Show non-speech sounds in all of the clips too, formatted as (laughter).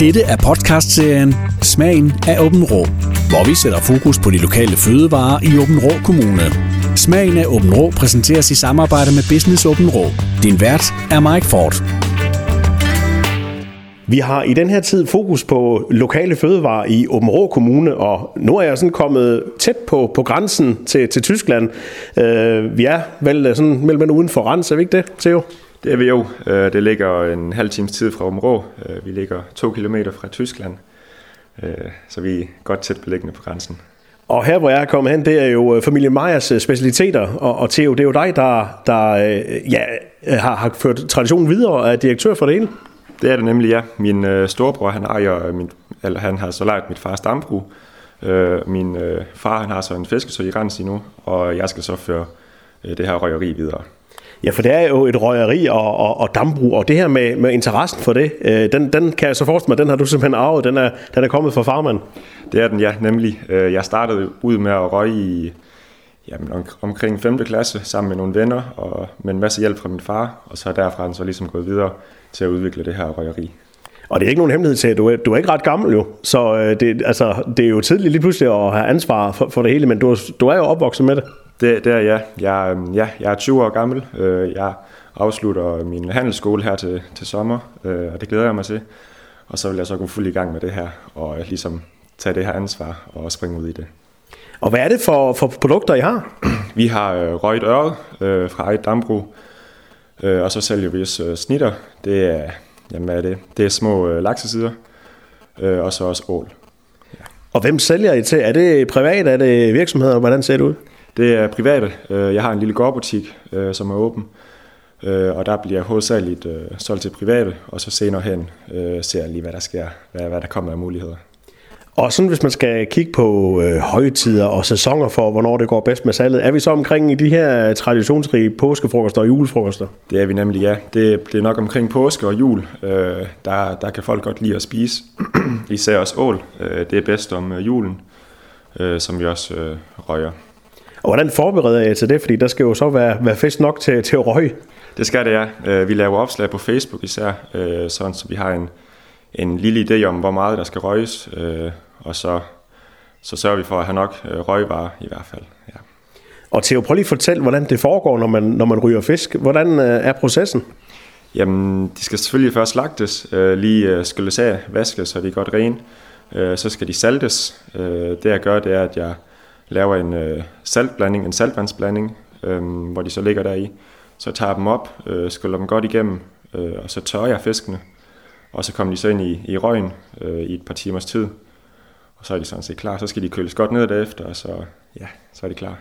Dette er podcastserien Smagen af Åben Rå, hvor vi sætter fokus på de lokale fødevarer i Åben Rå Kommune. Smagen af Åben Rå præsenteres i samarbejde med Business Åben Rå. Din vært er Mike Ford. Vi har i den her tid fokus på lokale fødevarer i Åben Rå Kommune, og nu er jeg sådan kommet tæt på, på grænsen til, til Tyskland. Øh, vi er vel sådan mellem og uden for Rens, er vi ikke det, Theo? Det er vi jo. Øh, Det ligger en halv times tid fra Områ. Vi ligger to kilometer fra Tyskland, Øh, så vi er godt tæt beliggende på grænsen. Og her, hvor jeg er kommet hen, det er jo øh, familien Meyers øh, specialiteter, og, og Theo, det er jo dig, der, der øh, ja, øh, har, har ført traditionen videre og er direktør for det hele. Det er det nemlig, ja. Min øh, storebror, han ejer øh, min, eller han har så lejet mit fars dambrug. Øh, min øh, far, han har så en fiskesø i grænsen endnu, og jeg skal så føre øh, det her røgeri videre. Ja, for det er jo et røgeri og, og, og dambrug, og det her med, med interessen for det, øh, den, den kan jeg så forestille mig, den har du simpelthen arvet, den er, den er kommet fra farmand. Det er den, ja, nemlig. Øh, Jeg startede ud med at røge i jamen, om, omkring 5. klasse sammen med nogle venner og med en masse hjælp fra min far, og så er derfra han så ligesom gået videre til at udvikle det her røgeri. Og det er ikke nogen hemmelighed til, at du er, du er ikke ret gammel jo, så øh, det, altså, det er jo tidligt lige pludselig at have ansvar for, for det hele, men du, er- du er jo opvokset med det. Det, det er jeg. Jeg, øhm, ja, jeg er 20 år gammel. Øh, Jeg afslutter min handelsskole her til, til sommer, øh, og det glæder jeg mig til. Og så vil jeg så gå fuld i gang med det her, og øh, ligesom tage det her ansvar og springe ud i det. Og hvad er det for, for produkter, I har? Vi har øh, røget øret øh, fra eget dambrug, øh, og så sælger vi også øh, snitter. Det er, jamen, hvad er det? Det er små øh, laksesider, øh, og så også ål. Og hvem sælger I til? Er det privat, er det virksomheder, hvordan ser det ud? Det er private. Øh, Jeg har en lille gårdbutik, øh, som er åben, øh, og der bliver hovedsageligt øh, solgt til private, og så senere hen øh, ser jeg lige, hvad der sker, hvad, hvad der kommer af muligheder. Og sådan, hvis man skal kigge på øh, højtider og sæsoner for, hvornår det går bedst med salget, er vi så omkring i de her traditionsrige påskefrokoster og julefrokoster? Det er vi nemlig, ja. Det, det er nok omkring påske og jul. Øh, der, der kan folk godt lide at spise. (clears throat) Især også ål. Øh, det er bedst om øh, julen, øh, som vi også øh, røger. Og hvordan forbereder jeg til det? Fordi der skal jo så være, være fisk nok til, til at røge. Det skal det, ja. Øh, vi laver opslag på Facebook især, øh, sådan så vi har en, en lille idé om, hvor meget der skal røges. Øh, og så, så sørger vi for at have nok øh, røgvarer i hvert fald. Ja. Og Theo, prøv lige at fortælle, hvordan det foregår, når man, når man ryger fisk. Hvordan øh, er processen? Jamen, de skal selvfølgelig først slagtes, øh, lige øh, skylles af, vaskes, så de er godt rene. Øh, så skal de saltes. Øh, det jeg gør, det er, at jeg laver en øh, saltblanding, en saltvandsblanding, øh, hvor de så ligger deri. Så tager jeg dem op, øh, skyller dem godt igennem, øh, og så tørrer jeg fiskene. Og så kommer de så ind i, i røgen øh, i et par timers tid. Og så er de sådan set klar. Så skal de køles godt ned derefter, og så, ja, så er de klar.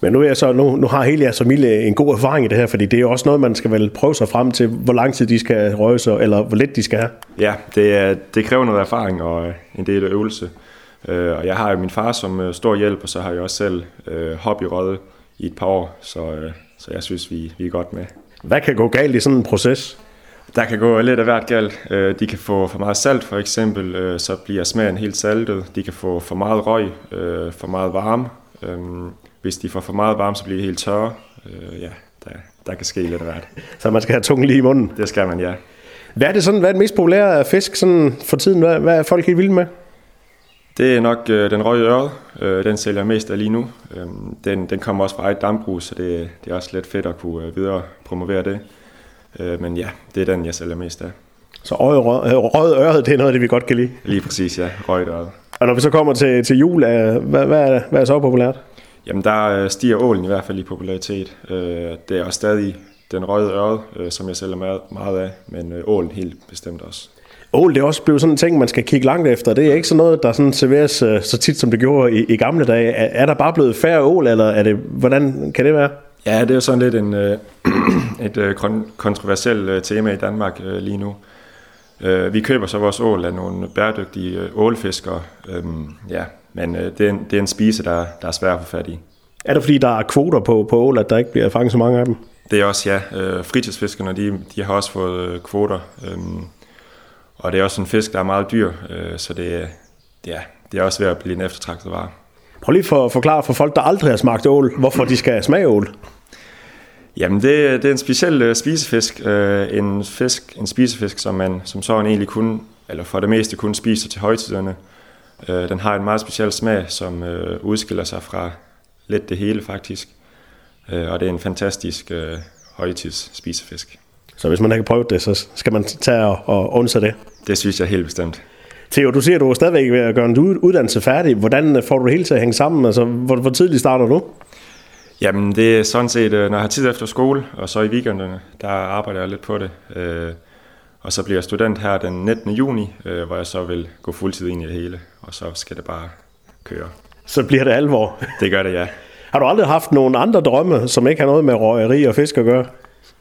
Men nu, er jeg så, nu, nu har hele jeres familie en god erfaring i det her, fordi det er jo også noget, man skal vel prøve sig frem til, hvor lang tid de skal røge sig, eller hvor lidt de skal have. Ja, det, er, det kræver noget erfaring og øh, en del øvelse. Øh, Og jeg har jo min far som øh, stor hjælp, og så har jeg også selv øh, hobbyrøde i et par år, så, øh, så jeg synes, vi, vi er godt med. Hvad kan gå galt i sådan en proces? Der kan gå lidt af hvert galt. Øh, De kan få for meget salt for eksempel, øh, så bliver smagen helt saltet. De kan få for meget røg, øh, for meget varme. Øhm, Hvis de får for meget varme, så bliver de helt tørre. Øh, Ja, der, der kan ske lidt af hvert. Så man skal have tungen lige i munden. Det skal man, ja. Hvad er det sådan, hvad er det mest populære af fisk sådan for tiden? Hvad, hvad er folk helt vilde med? Det er nok øh, den røde øre. Øh, den sælger jeg mest af lige nu. Øh, den, den kommer også fra eget dambrug, så det, det er også lidt fedt at kunne øh, videre promovere det. Øh, men ja, det er den, jeg sælger mest af. Så øje, rød, øh, rød øret, det er noget af det, vi godt kan lide. Lige præcis, ja. Røget øre. Og når vi så kommer til, til jul, er, hvad, hvad, er, hvad er så populært? Jamen, der øh, stiger ålen i hvert fald i popularitet. Øh, det er også stadig den røde øre, øh, som jeg sælger meget, meget af, men øh, ålen helt bestemt også. Ål, det er også blevet sådan en ting, man skal kigge langt efter. Det er ikke sådan noget, der sådan serveres øh, så tit, som det gjorde i, i gamle dage. Er, er der bare blevet færre ål, eller er det, hvordan kan det være? Ja, det er jo sådan lidt en, øh, (clears throat) et øh, kon- kontroversielt øh, tema i Danmark øh, lige nu. Øh, vi køber så vores ål af nogle bæredygtige øh, ålfiskere, øhm, ja, men øh, det, er en, det er en spise, der, der er svær at få fat i. Er det fordi, der er kvoter på, på ål, at der ikke bliver fanget så mange af dem? Det er også, ja, øh, fritidsfiskerne, de, de har også fået øh, kvoter, øhm, og det er også en fisk, der er meget dyr, øh, så det, er- ja, det er også ved at blive en eftertragtet vare. Prøv lige for at forklare for folk, der aldrig har smagt ål, hvorfor de skal smage ål. Jamen, det, det er en speciel øh, spisefisk. Øh, en, fisk, en spisefisk, som man som sådan egentlig kun eller for det meste kun spiser til højtiderne. Øh, den har en meget speciel smag, som øh, udskiller sig fra lidt det hele faktisk. Øh, og det er en fantastisk øh, højtidsspisefisk. Så hvis man ikke har prøvet det, så skal man tage og, og undse det. Det synes jeg helt bestemt. Theo, du siger, at du er stadigvæk ved at gøre en uddannelse færdig. Hvordan får du det hele til at hænge sammen? Altså, hvor, hvor tidligt starter du? Jamen, det er sådan set, øh, når jeg har tid efter skole, og så i weekenderne, der arbejder jeg lidt på det. Øh, og så bliver jeg student her den 19. juni, øh, hvor jeg så vil gå fuldtid ind i det hele, og så skal det bare køre. Så bliver det alvor. Det gør det, ja. Har du aldrig haft nogen andre drømme, som ikke har noget med røgeri og fisk at gøre?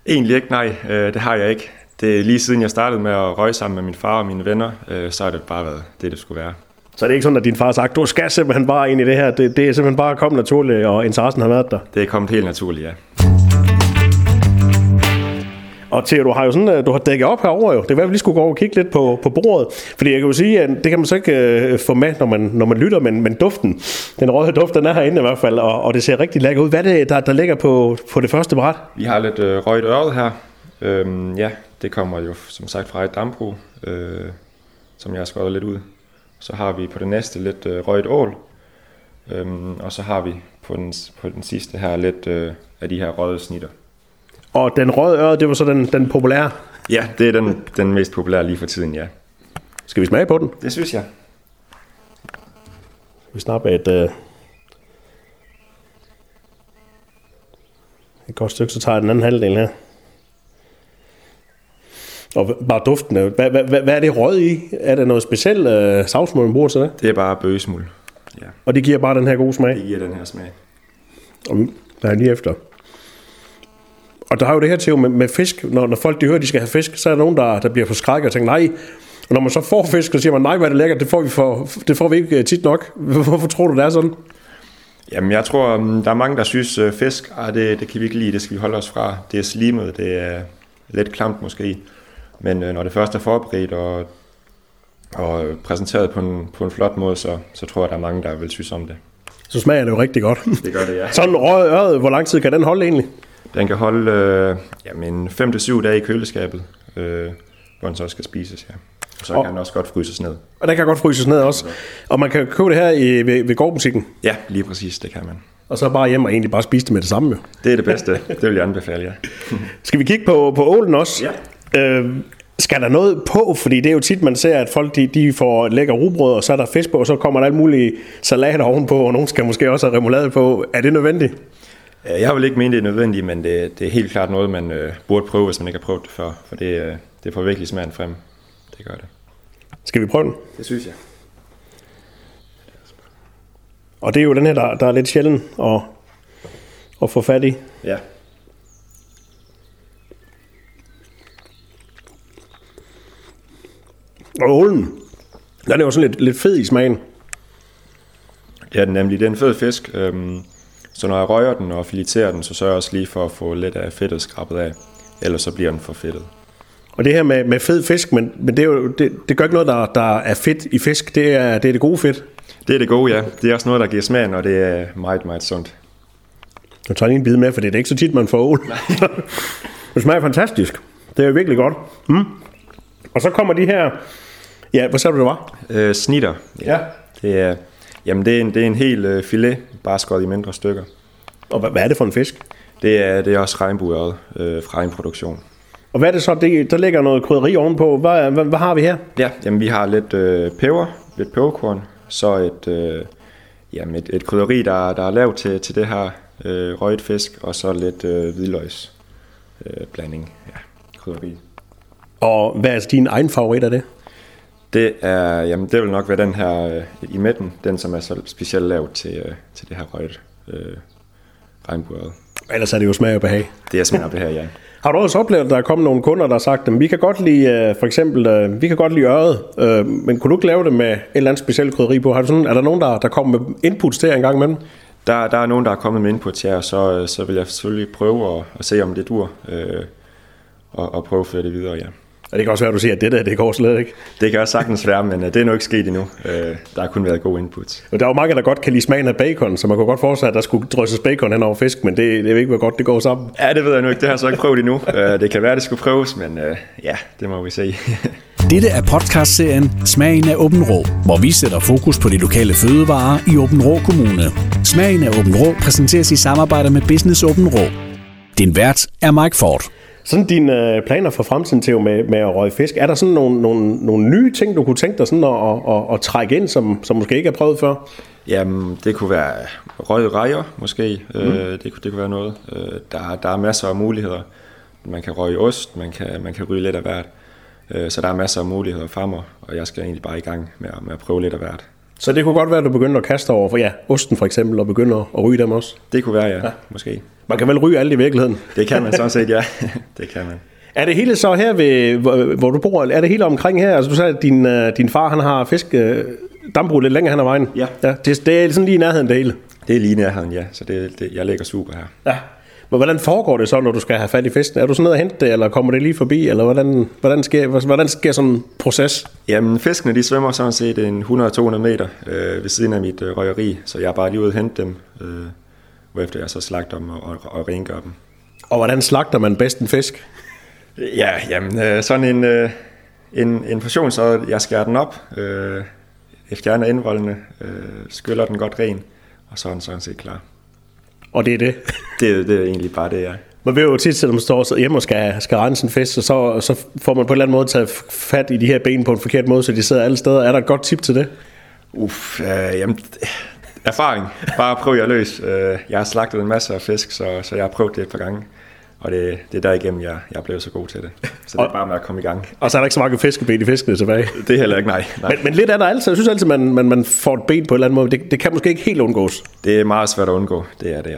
Egentlig ikke, nej. Øh, det har jeg ikke. Det er lige siden jeg startede med at røge sammen med min far og mine venner, øh, så har det bare været det, det skulle være. Så det er ikke sådan, at din far har sagt, du skal simpelthen bare ind i det her. Det, det er simpelthen bare kommet naturligt, og interessen har været der. Det er kommet helt naturligt, ja. Og Theo, du har jo sådan, øh, du har dækket op herover jo. Det var, at vi lige skulle gå over og kigge lidt på, på bordet. Fordi jeg kan jo sige, at det kan man så ikke øh, få med, når man, når man lytter, men, men duften, den røde duft, den er herinde i hvert fald, og, og det ser rigtig lækker ud. Hvad er det, der, der ligger på, på det første bræt? Vi har lidt øh, røget øret her. Øhm, ja, det kommer jo som sagt fra et dambrug, øh, som jeg har skåret lidt ud. Så har vi på det næste lidt øh, røget ål. Øhm, og så har vi på den, på den sidste her lidt øh, af de her røde snitter. Og den røde øre, det var så den, den populære. Ja, det er den, den mest populære lige for tiden, ja. Skal vi smage på den? Det synes jeg. Vi snapper et, øh, et godt stykke, så tager jeg den anden halvdel her. Og h- bare duften. øh, Hvad, hvad, hvad, hvad er det rød i? Er der noget specielt øh, savsmål, man bruger til det? Det er bare bøgesmuld. Ja, Og det giver bare den her gode smag. det giver den her smag. Og der er lige efter. Og der har jo det her til med, med fisk. Når, når folk de hører, at de skal have fisk, så er der nogen, der, der bliver forskrækket og tænker, nej. Og når man så får fisk, så siger man, nej, hvor er det lækkert, det får vi, for, det får vi ikke øh, tit nok. (laughs) Hvorfor tror du, det er sådan? Jamen, jeg tror, mm, der er mange, der synes, øh, fisk, ah, det, det kan vi ikke lide, det skal vi holde os fra. Det er slimet, det er lidt klamt måske. Men øh, når det først er forberedt og, og øh, præsenteret på en, på en flot måde, så, så tror jeg, der er mange, der vil synes om det. Så smager det jo rigtig godt. (laughs) Det gør det, ja. sådan røget øret, hvor lang tid kan den holde egentlig? Den kan holde øh, jamen, 5-7 dage i køleskabet, øh, hvor den så skal spises, ja. Og så Og- kan den også godt fryses ned. Og den kan godt fryses ned også. Og man kan købe det her i, ved, ved gårdbutikken. Ja, lige præcis, det kan man. Og så bare hjem og egentlig bare spise det med det samme jo. Det er det bedste. Det vil jeg anbefale jer. Skal vi kigge på, på ålen også? Ja. Øh, skal der noget på? Fordi det er jo tit, man ser, at folk de, de får et lækker rugbrød, og så er der fisk på, og så kommer der alle mulige salater ovenpå, og nogen skal måske også have remoulade på. Er det nødvendigt? Øh, Jeg vil ikke mene, det er nødvendigt, men det, det er helt klart noget, man øh, burde prøve, hvis man ikke har prøvet det før. For det, øh, det får virkelig smagen frem. Det gør det. Skal vi prøve den? Det synes jeg. Og det er jo den her, der, der er lidt sjælden at, at få fat i. Ja. Og ålen, den er jo sådan lidt, lidt fed i smagen. Det er den nemlig. Det er en fed fisk. Øhm, så når jeg rører den og fileterer den, så sørger jeg også lige for at få lidt af fedtet skrabet af. Ellers så bliver den for fedtet. Og det her med, med fed fisk, men, men det, er jo, det, det gør ikke noget, der, der er fedt i fisk. Det er det, er det gode fedt. Det er det gode, ja. Det er også noget, der giver smagen, og det er meget, meget sundt. Jeg tager lige en bid med, for det er ikke så tit, man får ål. (laughs) det smager fantastisk. Det er virkelig godt. Mm. Og så kommer de her... Ja, hvad sagde du, det var? Øh, snitter. Ja. Det er, jamen, det er en, det er en hel øh, filet, bare skåret i mindre stykker. Og hvad, hvad er det for en fisk? Det er, det er også regnbueøret øh, fra en produktion. Og hvad er det så? Det, der ligger noget krydderi ovenpå. Hvad, hvad, hvad har vi her? Ja, jamen vi har lidt øh, peber, lidt peberkorn, så et, øh, jamen et, et krydderi, der, der er lavet til, til det her øh, røget fisk, og så lidt øh, hvidløgs øh, blanding, ja, krydderi. Og hvad er altså din egen favorit af det? Det er, jamen det vil nok være den her øh, i midten, den som er så specielt lavet til, øh, til det her røget øh, regnbueøret. Ellers er det jo smag og behag. Det er simpelthen det her, ja. Har du også oplevet, at der er kommet nogle kunder, der har sagt, at vi kan godt lide, øh, for eksempel, øh, vi kan godt lide øret, øh, men kunne du ikke lave det med et eller andet specielt krydderi på? Har du sådan, er der nogen, der, der kommer med inputs til jer en gang imellem? Der, der er nogen, der er kommet med input til jer, og så, øh, så vil jeg selvfølgelig prøve at, at se, om det dur, øh, og, og prøve at føre det videre, ja. Og det kan også være, at du siger, at det der, det går slet ikke. Det kan også sagtens være, men øh, det er nu ikke sket endnu. Øh, der har kun været gode input. Og der er jo mange, der godt kan lide smagen af bacon, så man kunne godt forestille sig, at der skulle drysses bacon hen over fisk, men det, det er ikke, hvor godt det går sammen. Ja, det ved jeg nu ikke. Det har jeg så ikke prøvet endnu. Øh, det kan være, det skulle prøves, men øh, ja, det må vi se. (laughs) Dette er podcastserien Smagen af Åben Rå, hvor vi sætter fokus på de lokale fødevarer i Åben Rå Kommune. Smagen af Åben Rå præsenteres i samarbejde med Business Åben Rå. Din vært er Mike Ford. Sådan dine øh, planer for fremtiden til med, med at røge fisk, er der sådan nogle, nogle, nogle nye ting, du kunne tænke dig sådan at, at, at, at trække ind, som, som måske ikke er prøvet før? Jamen, det kunne være røget rejer, måske. Mm. Øh, det, kunne, det kunne være noget. Øh, der, der er masser af muligheder. Man kan røge ost, man kan, man kan ryge lidt af hvert. Øh, så der er masser af muligheder fremover, og jeg skal egentlig bare i gang med, at- med at prøve lidt af hvert. Så det kunne godt være, at du begynder at kaste over for ja, osten for eksempel, og begynder at ryge dem også. Det kunne være, ja, ja. måske. Man kan vel ryge alt i virkeligheden. Det kan man sådan set, (laughs) ja. det kan man. Er det hele så her, ved, hvor, hvor du bor, eller er det hele omkring her? Altså du sagde, at din, øh, din far han har fisk, øh, dambrug lidt længere hen ad vejen. Ja. ja det, det, er sådan lige i nærheden det hele. Det er lige nærheden, ja. Så det, det, jeg ligger super her. Ja. Men hvordan foregår det så, når du skal have fat i fisken? Er du sådan nede og hente det, eller kommer det lige forbi, eller hvordan, hvordan, sker, hvordan sker sådan en proces? Jamen, fiskene de svømmer sådan set en 100-200 meter øh, ved siden af mit øh, røgeri, så jeg er bare lige ude og hente dem, øh, hvorefter jeg så slagter dem og, og, og rengør dem. Og hvordan slagter man bedst en fisk? Ja, jamen, øh, sådan en, øh, en, en portion, så jeg skærer den op, øh, jeg fjerner indvoldene, øh, skyller den godt ren, og så er den sådan set klar. Og det er det. Det, det er egentlig bare det, jeg... Man ved jo tit, selvom man står så hjemme og skal, skal rense en fisk, og så, så får man på en eller anden måde taget fat i de her ben på en forkert måde, så de sidder alle steder. Er der et godt tip til det? Uff, øh, jamen, erfaring. Bare prøv jer løs. Øh, jeg har slagtet en masse af fisk, så, så jeg har prøvet det et par gange. Og det, det er derigennem, jeg, jeg er blevet så god til det. Så det er bare med at komme i gang. Og så er der ikke så mange fiskeben i fiskene tilbage. Det er heller ikke nej. nej. Men, men lidt er der altid. Jeg synes altid, man, man, man får et ben på en eller anden måde. Det, det kan måske ikke helt undgås, Det er meget svært at undgå. Det er det, ja.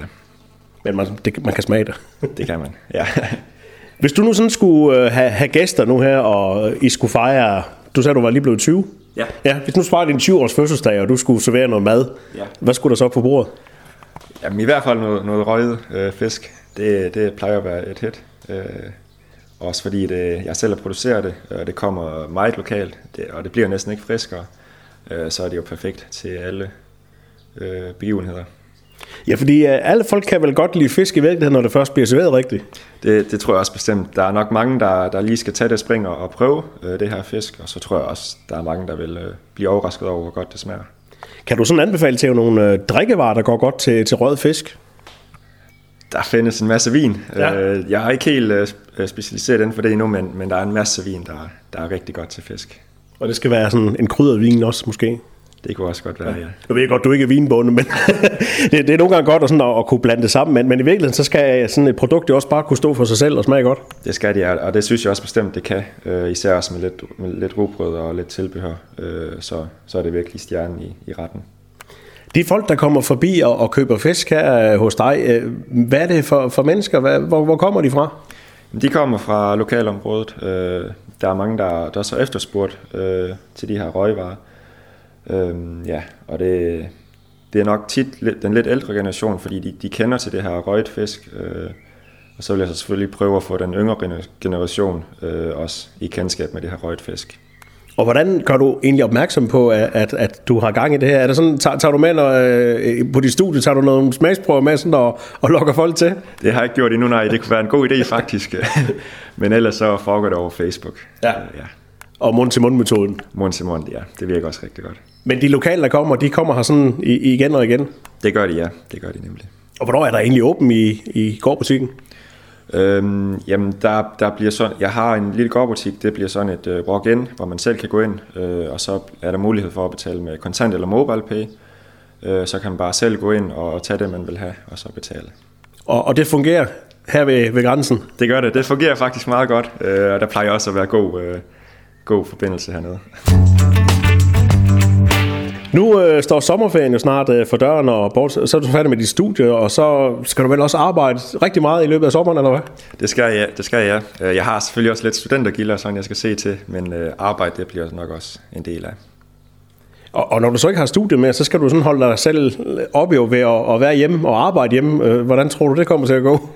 men man, det, man kan smage det. Det kan man. Ja. Hvis du nu sådan skulle øh, have, have gæster nu her, og øh, I skulle fejre... Du sagde, du var lige blevet 20. Ja. ja hvis nu svarer din 20-års fødselsdag, og du skulle servere noget mad, Ja. hvad skulle der så på bordet? Jamen, i hvert fald noget, noget røget øh, fisk. Det, det plejer at være et hit. Øh, også fordi det, jeg selv har produceret det, og det kommer meget lokalt, det, og det bliver næsten ikke friskere. Øh, så er det jo perfekt til alle øh, begivenheder. Ja, fordi øh, alle folk kan vel godt lide fisk i virkeligheden, når det først bliver serveret rigtigt. Det, det tror jeg også bestemt. Der er nok mange, der, der lige skal tage det spring og, og prøve øh, det her fisk, og så tror jeg også, der er mange, der vil øh, blive overrasket over, hvor godt det smager. Kan du sådan anbefale til nogle øh, drikkevarer, der går godt til, til rød fisk? Der findes en masse vin. Ja. Ja. Øh, jeg er ikke helt øh, sp- specialiseret inden for det endnu, men, men der er en masse vin, der, der er rigtig godt til fisk. Og det skal være sådan en krydret vin også, måske. Det kunne også godt være, ja. Jeg ved godt, du ikke er vinbonde, men (laughs) det, det er nogle gange godt at, sådan at, at kunne blande det sammen. Men, men i virkeligheden, så skal sådan et produkt jo også bare kunne stå for sig selv og smage godt. Det skal de, og- og det synes jeg også bestemt, det kan. Øh, især også med lidt, med lidt rugbrød og lidt tilbehør, øh, så, så er det virkelig stjernen i, i retten. De folk, der kommer forbi og, og køber fisk her øh, hos dig, øh, hvad er det for, for mennesker? Hvad, hvor, hvor kommer de fra? De kommer fra lokalområdet. Øh, der er mange, der, der er så efterspurgt øh, til de her røgvarer. Øh, ja, og det, det er nok tit lidt- den lidt ældre generation, fordi de, de kender til det her røget fisk. Øh, og så vil jeg så selvfølgelig prøve at få den yngre gener- generation øh, også i kendskab med det her røget fisk. Og hvordan gør du egentlig opmærksom på, at, at, at du har gang i det her? Er det sådan, tager, tager du med når, øh, på dit studie, tager du nogle smagsprøver med sådan, og, og lokker folk til? Det har jeg ikke gjort endnu, nej. Det kunne være en god idé faktisk. (laughs) Men ellers så foregår det over Facebook. Ja. Øh, ja. Og mund-til-mund-metoden. Mund til mund, ja. Det virker også rigtig godt. Men de lokale, der kommer, de kommer her sådan i, igen og igen. Det gør de, ja. Det gør de nemlig. Og hvornår er der egentlig åben i, i gårdbutikken? Øhm, jamen, der, der bliver sådan, jeg har en lille gårdbutik, det bliver sådan et øh, walk-in, hvor man selv kan gå ind, øh, og så er der mulighed for at betale med kontant eller MobilePay. Øh, så kan man bare selv gå ind og, og tage det, man vil have, og så betale. Og, og det fungerer her ved, ved grænsen. Det gør det, det fungerer faktisk meget godt, øh, og der plejer også at være god, øh, god forbindelse hernede. Nu øh, står sommerferien jo snart øh, for døren, og bort, så er du færdig med dit studie, og så skal du vel også arbejde rigtig meget i løbet af sommeren, eller hvad? Det skal jeg, det skal jeg. Øh, Jeg har selvfølgelig også lidt studentergilder, sådan jeg skal se til, men øh, arbejde det bliver nok også en del af. Og, og når du så ikke har studie mere, så skal du sådan holde dig selv op jo ved at, at være hjemme og arbejde hjemme. Øh, Hvordan tror du, det kommer til at gå?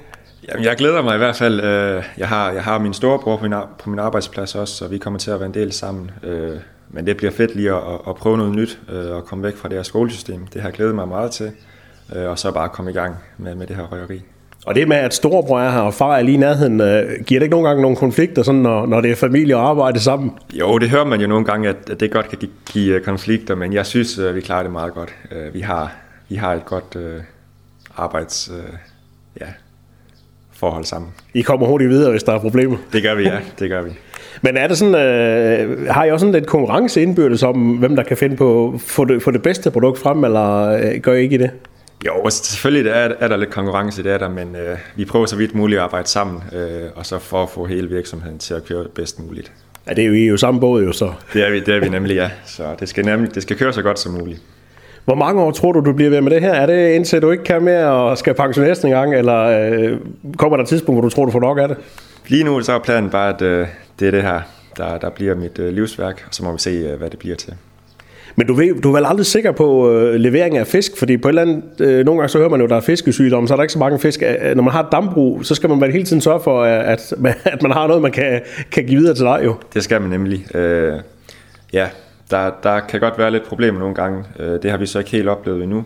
Jamen, jeg glæder mig i hvert fald. Øh, Jeg har, jeg har min storebror på min, ar- på min arbejdsplads også, så vi kommer til at være en del sammen. Øh, Men det bliver fedt lige at, at- at prøve noget nyt øh, og komme væk fra det her skolesystem. Det har jeg glædet mig meget til. Øh, Og så bare komme i gang med, med det her røgeri. Og det med, at storebror er her, og far er lige i nærheden, øh, giver det ikke nogle gange nogle konflikter, sådan, når, når det er familie og arbejde sammen? Jo, det hører man jo nogle gange, at at det godt kan gi- give øh, konflikter, men jeg synes, øh, vi klarer det meget godt. Øh, Vi har, vi har et godt øh, arbejds... Øh, ja, forhold sammen. I kommer hurtigt videre, hvis der er problemer. Det gør vi, ja. Det gør vi. Men er det sådan, øh, har I også sådan lidt konkurrence indbyrdes om, hvem der kan finde på at få det, få det bedste produkt frem, eller øh, gør I ikke i det? Jo, og selvfølgelig er, er der lidt konkurrence, det er der, men øh, vi prøver så vidt muligt at arbejde sammen, øh, og så for at få hele virksomheden til at køre bedst muligt. Ja, det er jo, I er jo samme båd jo så. Det er vi, det er vi nemlig, ja. Så det skal, nemlig, det skal køre så godt som muligt. Hvor mange år tror du, du bliver ved med det her? Er det indtil du ikke kan mere og skal pensioneres en gang, eller øh, kommer der et tidspunkt, hvor du tror, du får nok af det? Lige nu så er planen bare, at øh, det er det her, der, der bliver mit øh, livsværk, og så må vi se, øh, hvad det bliver til. Men du, ved, du er vel aldrig sikker på øh, levering af fisk, fordi på et eller andet, øh, nogle gange så hører man jo, at der er fiskesygdomme, så er der ikke så mange fisk. Øh, Når man har et dambrug, så skal man vel hele tiden sørge for, at, at man har noget, man kan, kan give videre til dig jo. Det skal man nemlig. Øh, ja, der, der kan godt være lidt problemer nogle gange. Øh, det har vi så ikke helt oplevet endnu.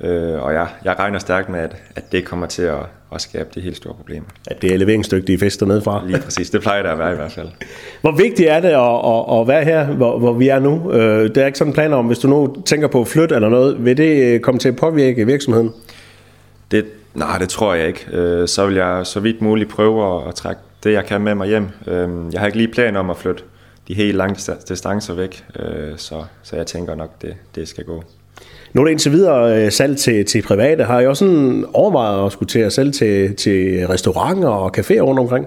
Øh, og jeg, jeg regner stærkt med, at, at det kommer til at, at skabe det helt store problemer. At det er leveringsdygtige fisk dernede fra. Lige præcis. Det plejer der at være i hvert fald. Hvor vigtigt er det at, at, at være her, hvor, hvor vi er nu? Øh, det er ikke sådan planer om, hvis du nu tænker på at flytte eller noget, vil det øh, komme til at påvirke virksomheden? Det, nej, det tror jeg ikke. Øh, så vil jeg så vidt muligt prøve at, at trække det, jeg kan med mig hjem. Øh, jeg har ikke lige planer om at flytte de helt lange dista- distancer væk, øh, så, så jeg tænker nok, det, det skal gå. Nu er det indtil videre øh, salg til, til private. Har I også sådan overvejet at skulle til at sælge til, til restauranter og caféer rundt omkring?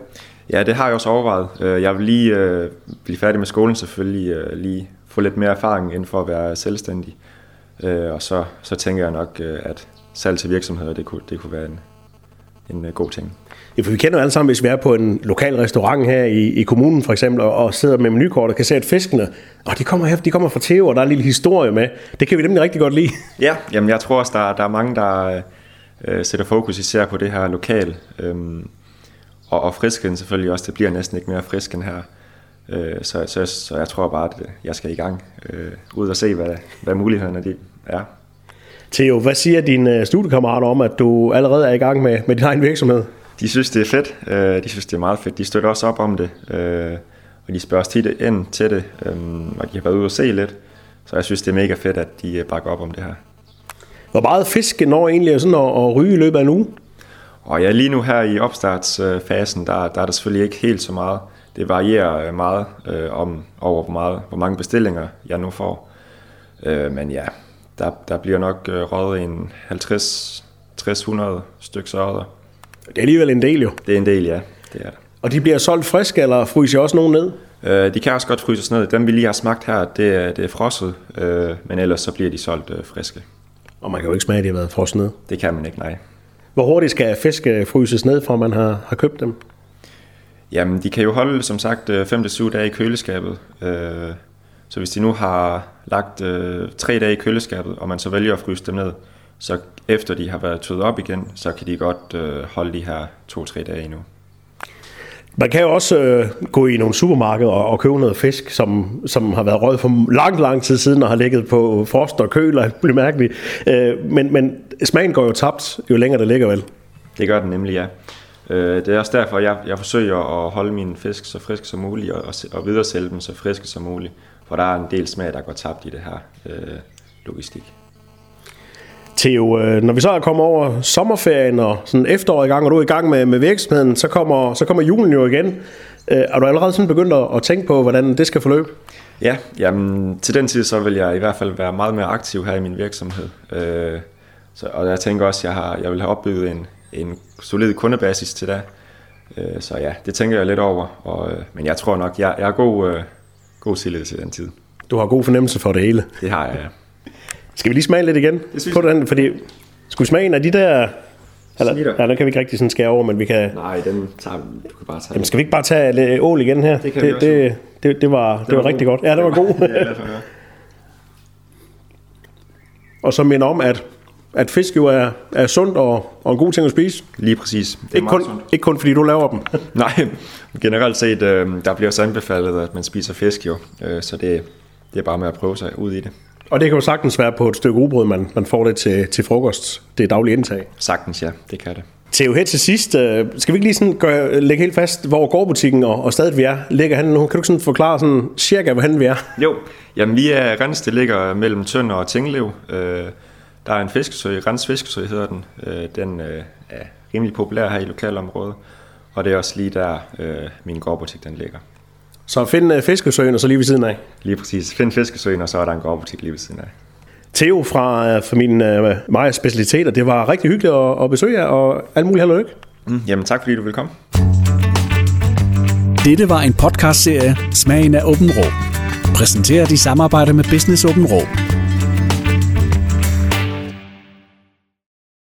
Ja, det har jeg også overvejet. Øh, Jeg vil lige øh, blive færdig med skolen selvfølgelig, øh, lige få lidt mere erfaring inden for at være selvstændig. Øh, Og så, så tænker jeg nok, øh, at salg til virksomheder, det kunne, det kunne være en, en øh, god ting. Ja, for vi kender jo alle sammen, hvis vi er på en lokal restaurant her i, i kommunen for eksempel, og, og sidder med menukort og kan se, at fiskene, og de kommer her, de kommer fra Theo, og der er en lille historie med. Det kan vi nemlig rigtig godt lide. (laughs) Ja, jamen jeg tror også, der, der er mange, der øh, øh, sætter fokus især på det her lokal. Øhm, og, og frisken selvfølgelig også, det bliver næsten ikke mere frisk end her. Øh, så, så, så jeg tror bare, at jeg skal i gang øh, ud og se, hvad, hvad mulighederne de er. Theo, hvad siger dine øh, studiekammerater om, at du allerede er i gang med, med din egen virksomhed? De synes, det er fedt. Øh, De synes, det er meget fedt. De støtter også op om det. Øh, Og de spørger os tit ind til det. øhm, Og de har været ude og se lidt. Så jeg synes, det er mega fedt, at de øh, bakker op om det her. Hvor meget fisk når egentlig sådan at, at ryge i løbet af en uge? Og ja, lige nu her i opstartsfasen, der, der er der selvfølgelig ikke helt så meget. Det varierer øh, meget øh, om, over, hvor, meget, hvor mange bestillinger jeg nu får. Øh, men ja, der, der bliver nok øh, røget en 50-100 stykker sørger. Det er alligevel en del jo. Det er en del, ja. Det er det. Og de bliver solgt friske, eller fryser I også nogen ned? Øh, de kan også godt fryses ned. Dem, vi lige har smagt her, det, er- det er frosset, øh, men ellers så bliver de solgt øh, friske. Og man kan jo ikke smage, at de har været frosset ned. Det kan man ikke, nej. Hvor hurtigt skal fisk øh, fryses ned, fra man har, har købt dem? Jamen, de kan jo holde, som sagt, øh, 5-7 dage i køleskabet. Øh, så hvis de nu har lagt øh, 3 dage i køleskabet, og man så vælger at fryse dem ned, så efter de har været tøet op igen, så kan de godt øh, holde de her 2-3 dage endnu. Man kan jo også øh, gå i nogle supermarkeder og, og købe noget fisk, som, som har været røget for lang, lang tid siden og har ligget på frost og køl og alt muligt mærkeligt. Øh, men, men smagen går jo tabt, jo længere det ligger vel. Det gør den nemlig, ja. Øh, det er også derfor, jeg, jeg forsøger at holde mine fisk så friske som muligt, og, og, se- og videresælge dem så friske som muligt, for der er en del smag, der går tabt i det her øh, logistik. Theo, øh, når vi så er kommet over sommerferien og sådan efteråret i gang, og du er i gang med, med virksomheden, så kommer, så kommer julen jo igen. Øh, er du allerede sådan begyndt at, at tænke på, hvordan det skal forløbe? Ja, jamen, til den tid så vil jeg i hvert fald være meget mere aktiv her i min virksomhed. Øh, så, og jeg tænker også, at jeg, har, jeg vil have opbygget en, en solid kundebasis til da. Øh, så ja, det tænker jeg lidt over. Og, øh, men jeg tror nok, jeg, jeg er god, øh, god tillid til den tid. Du har god fornemmelse for det hele. Det har jeg, ja. Skal vi lige smage lidt igen? Det synes på den, fordi skulle vi smage en af de der... Eller, Snitter. ja, den kan vi ikke rigtig sådan skære over, men vi kan... (laughs) Nej, den tager vi. Du kan bare tage Jamen, skal vi ikke bare tage lidt øh, ål igen her? Det kan det, vi også. Det, det, det var, det var, rigtig godt. Ja, det var (laughs) god. glad for at høre. (laughs) og så minder om, at, at fisk jo er, er sundt og, og en god ting at spise. Lige præcis. Det er Ikke kun, ikke kun fordi du laver dem. (laughs) Nej, generelt set, øh, der bliver også anbefalet, at man spiser fisk jo. Øh, så det, det er bare med at prøve sig ud i det. og det kan jo sagtens være på et stykke rugbrød, man, man får det til, til frokost. Det er daglig indtag. Sagtens, ja. Det kan det. Theo, her til sidst, øh, skal vi ikke lige sådan gøre, lægge helt fast, hvor gårdbutikken og, og stedet vi er? Ligger han nu? Kan du ikke sådan forklare sådan cirka, hvor han vi er? Jo, jamen vi er Rens, det ligger mellem Tønder og Tinglev. Øh, der er en fiskesø, Rens Fiskesø hedder den. Øh, den øh, er rimelig populær her i lokalområdet, og det er også lige der øh, min gårdbutik den ligger. Så find øh, Fiskesøen og så lige ved siden af. Lige præcis. Find Fiskesøen, og så er der en gårdbutik lige ved siden af. Theo fra, øh, fra min øh, Majas specialiteter, det var rigtig hyggeligt at, at besøge jer, og alt muligt held og lykke. Mm, jamen tak fordi du vil komme. Dette var en podcastserie, Smagen af Åben Rå. Præsenteret i samarbejde med Business Åben Rå.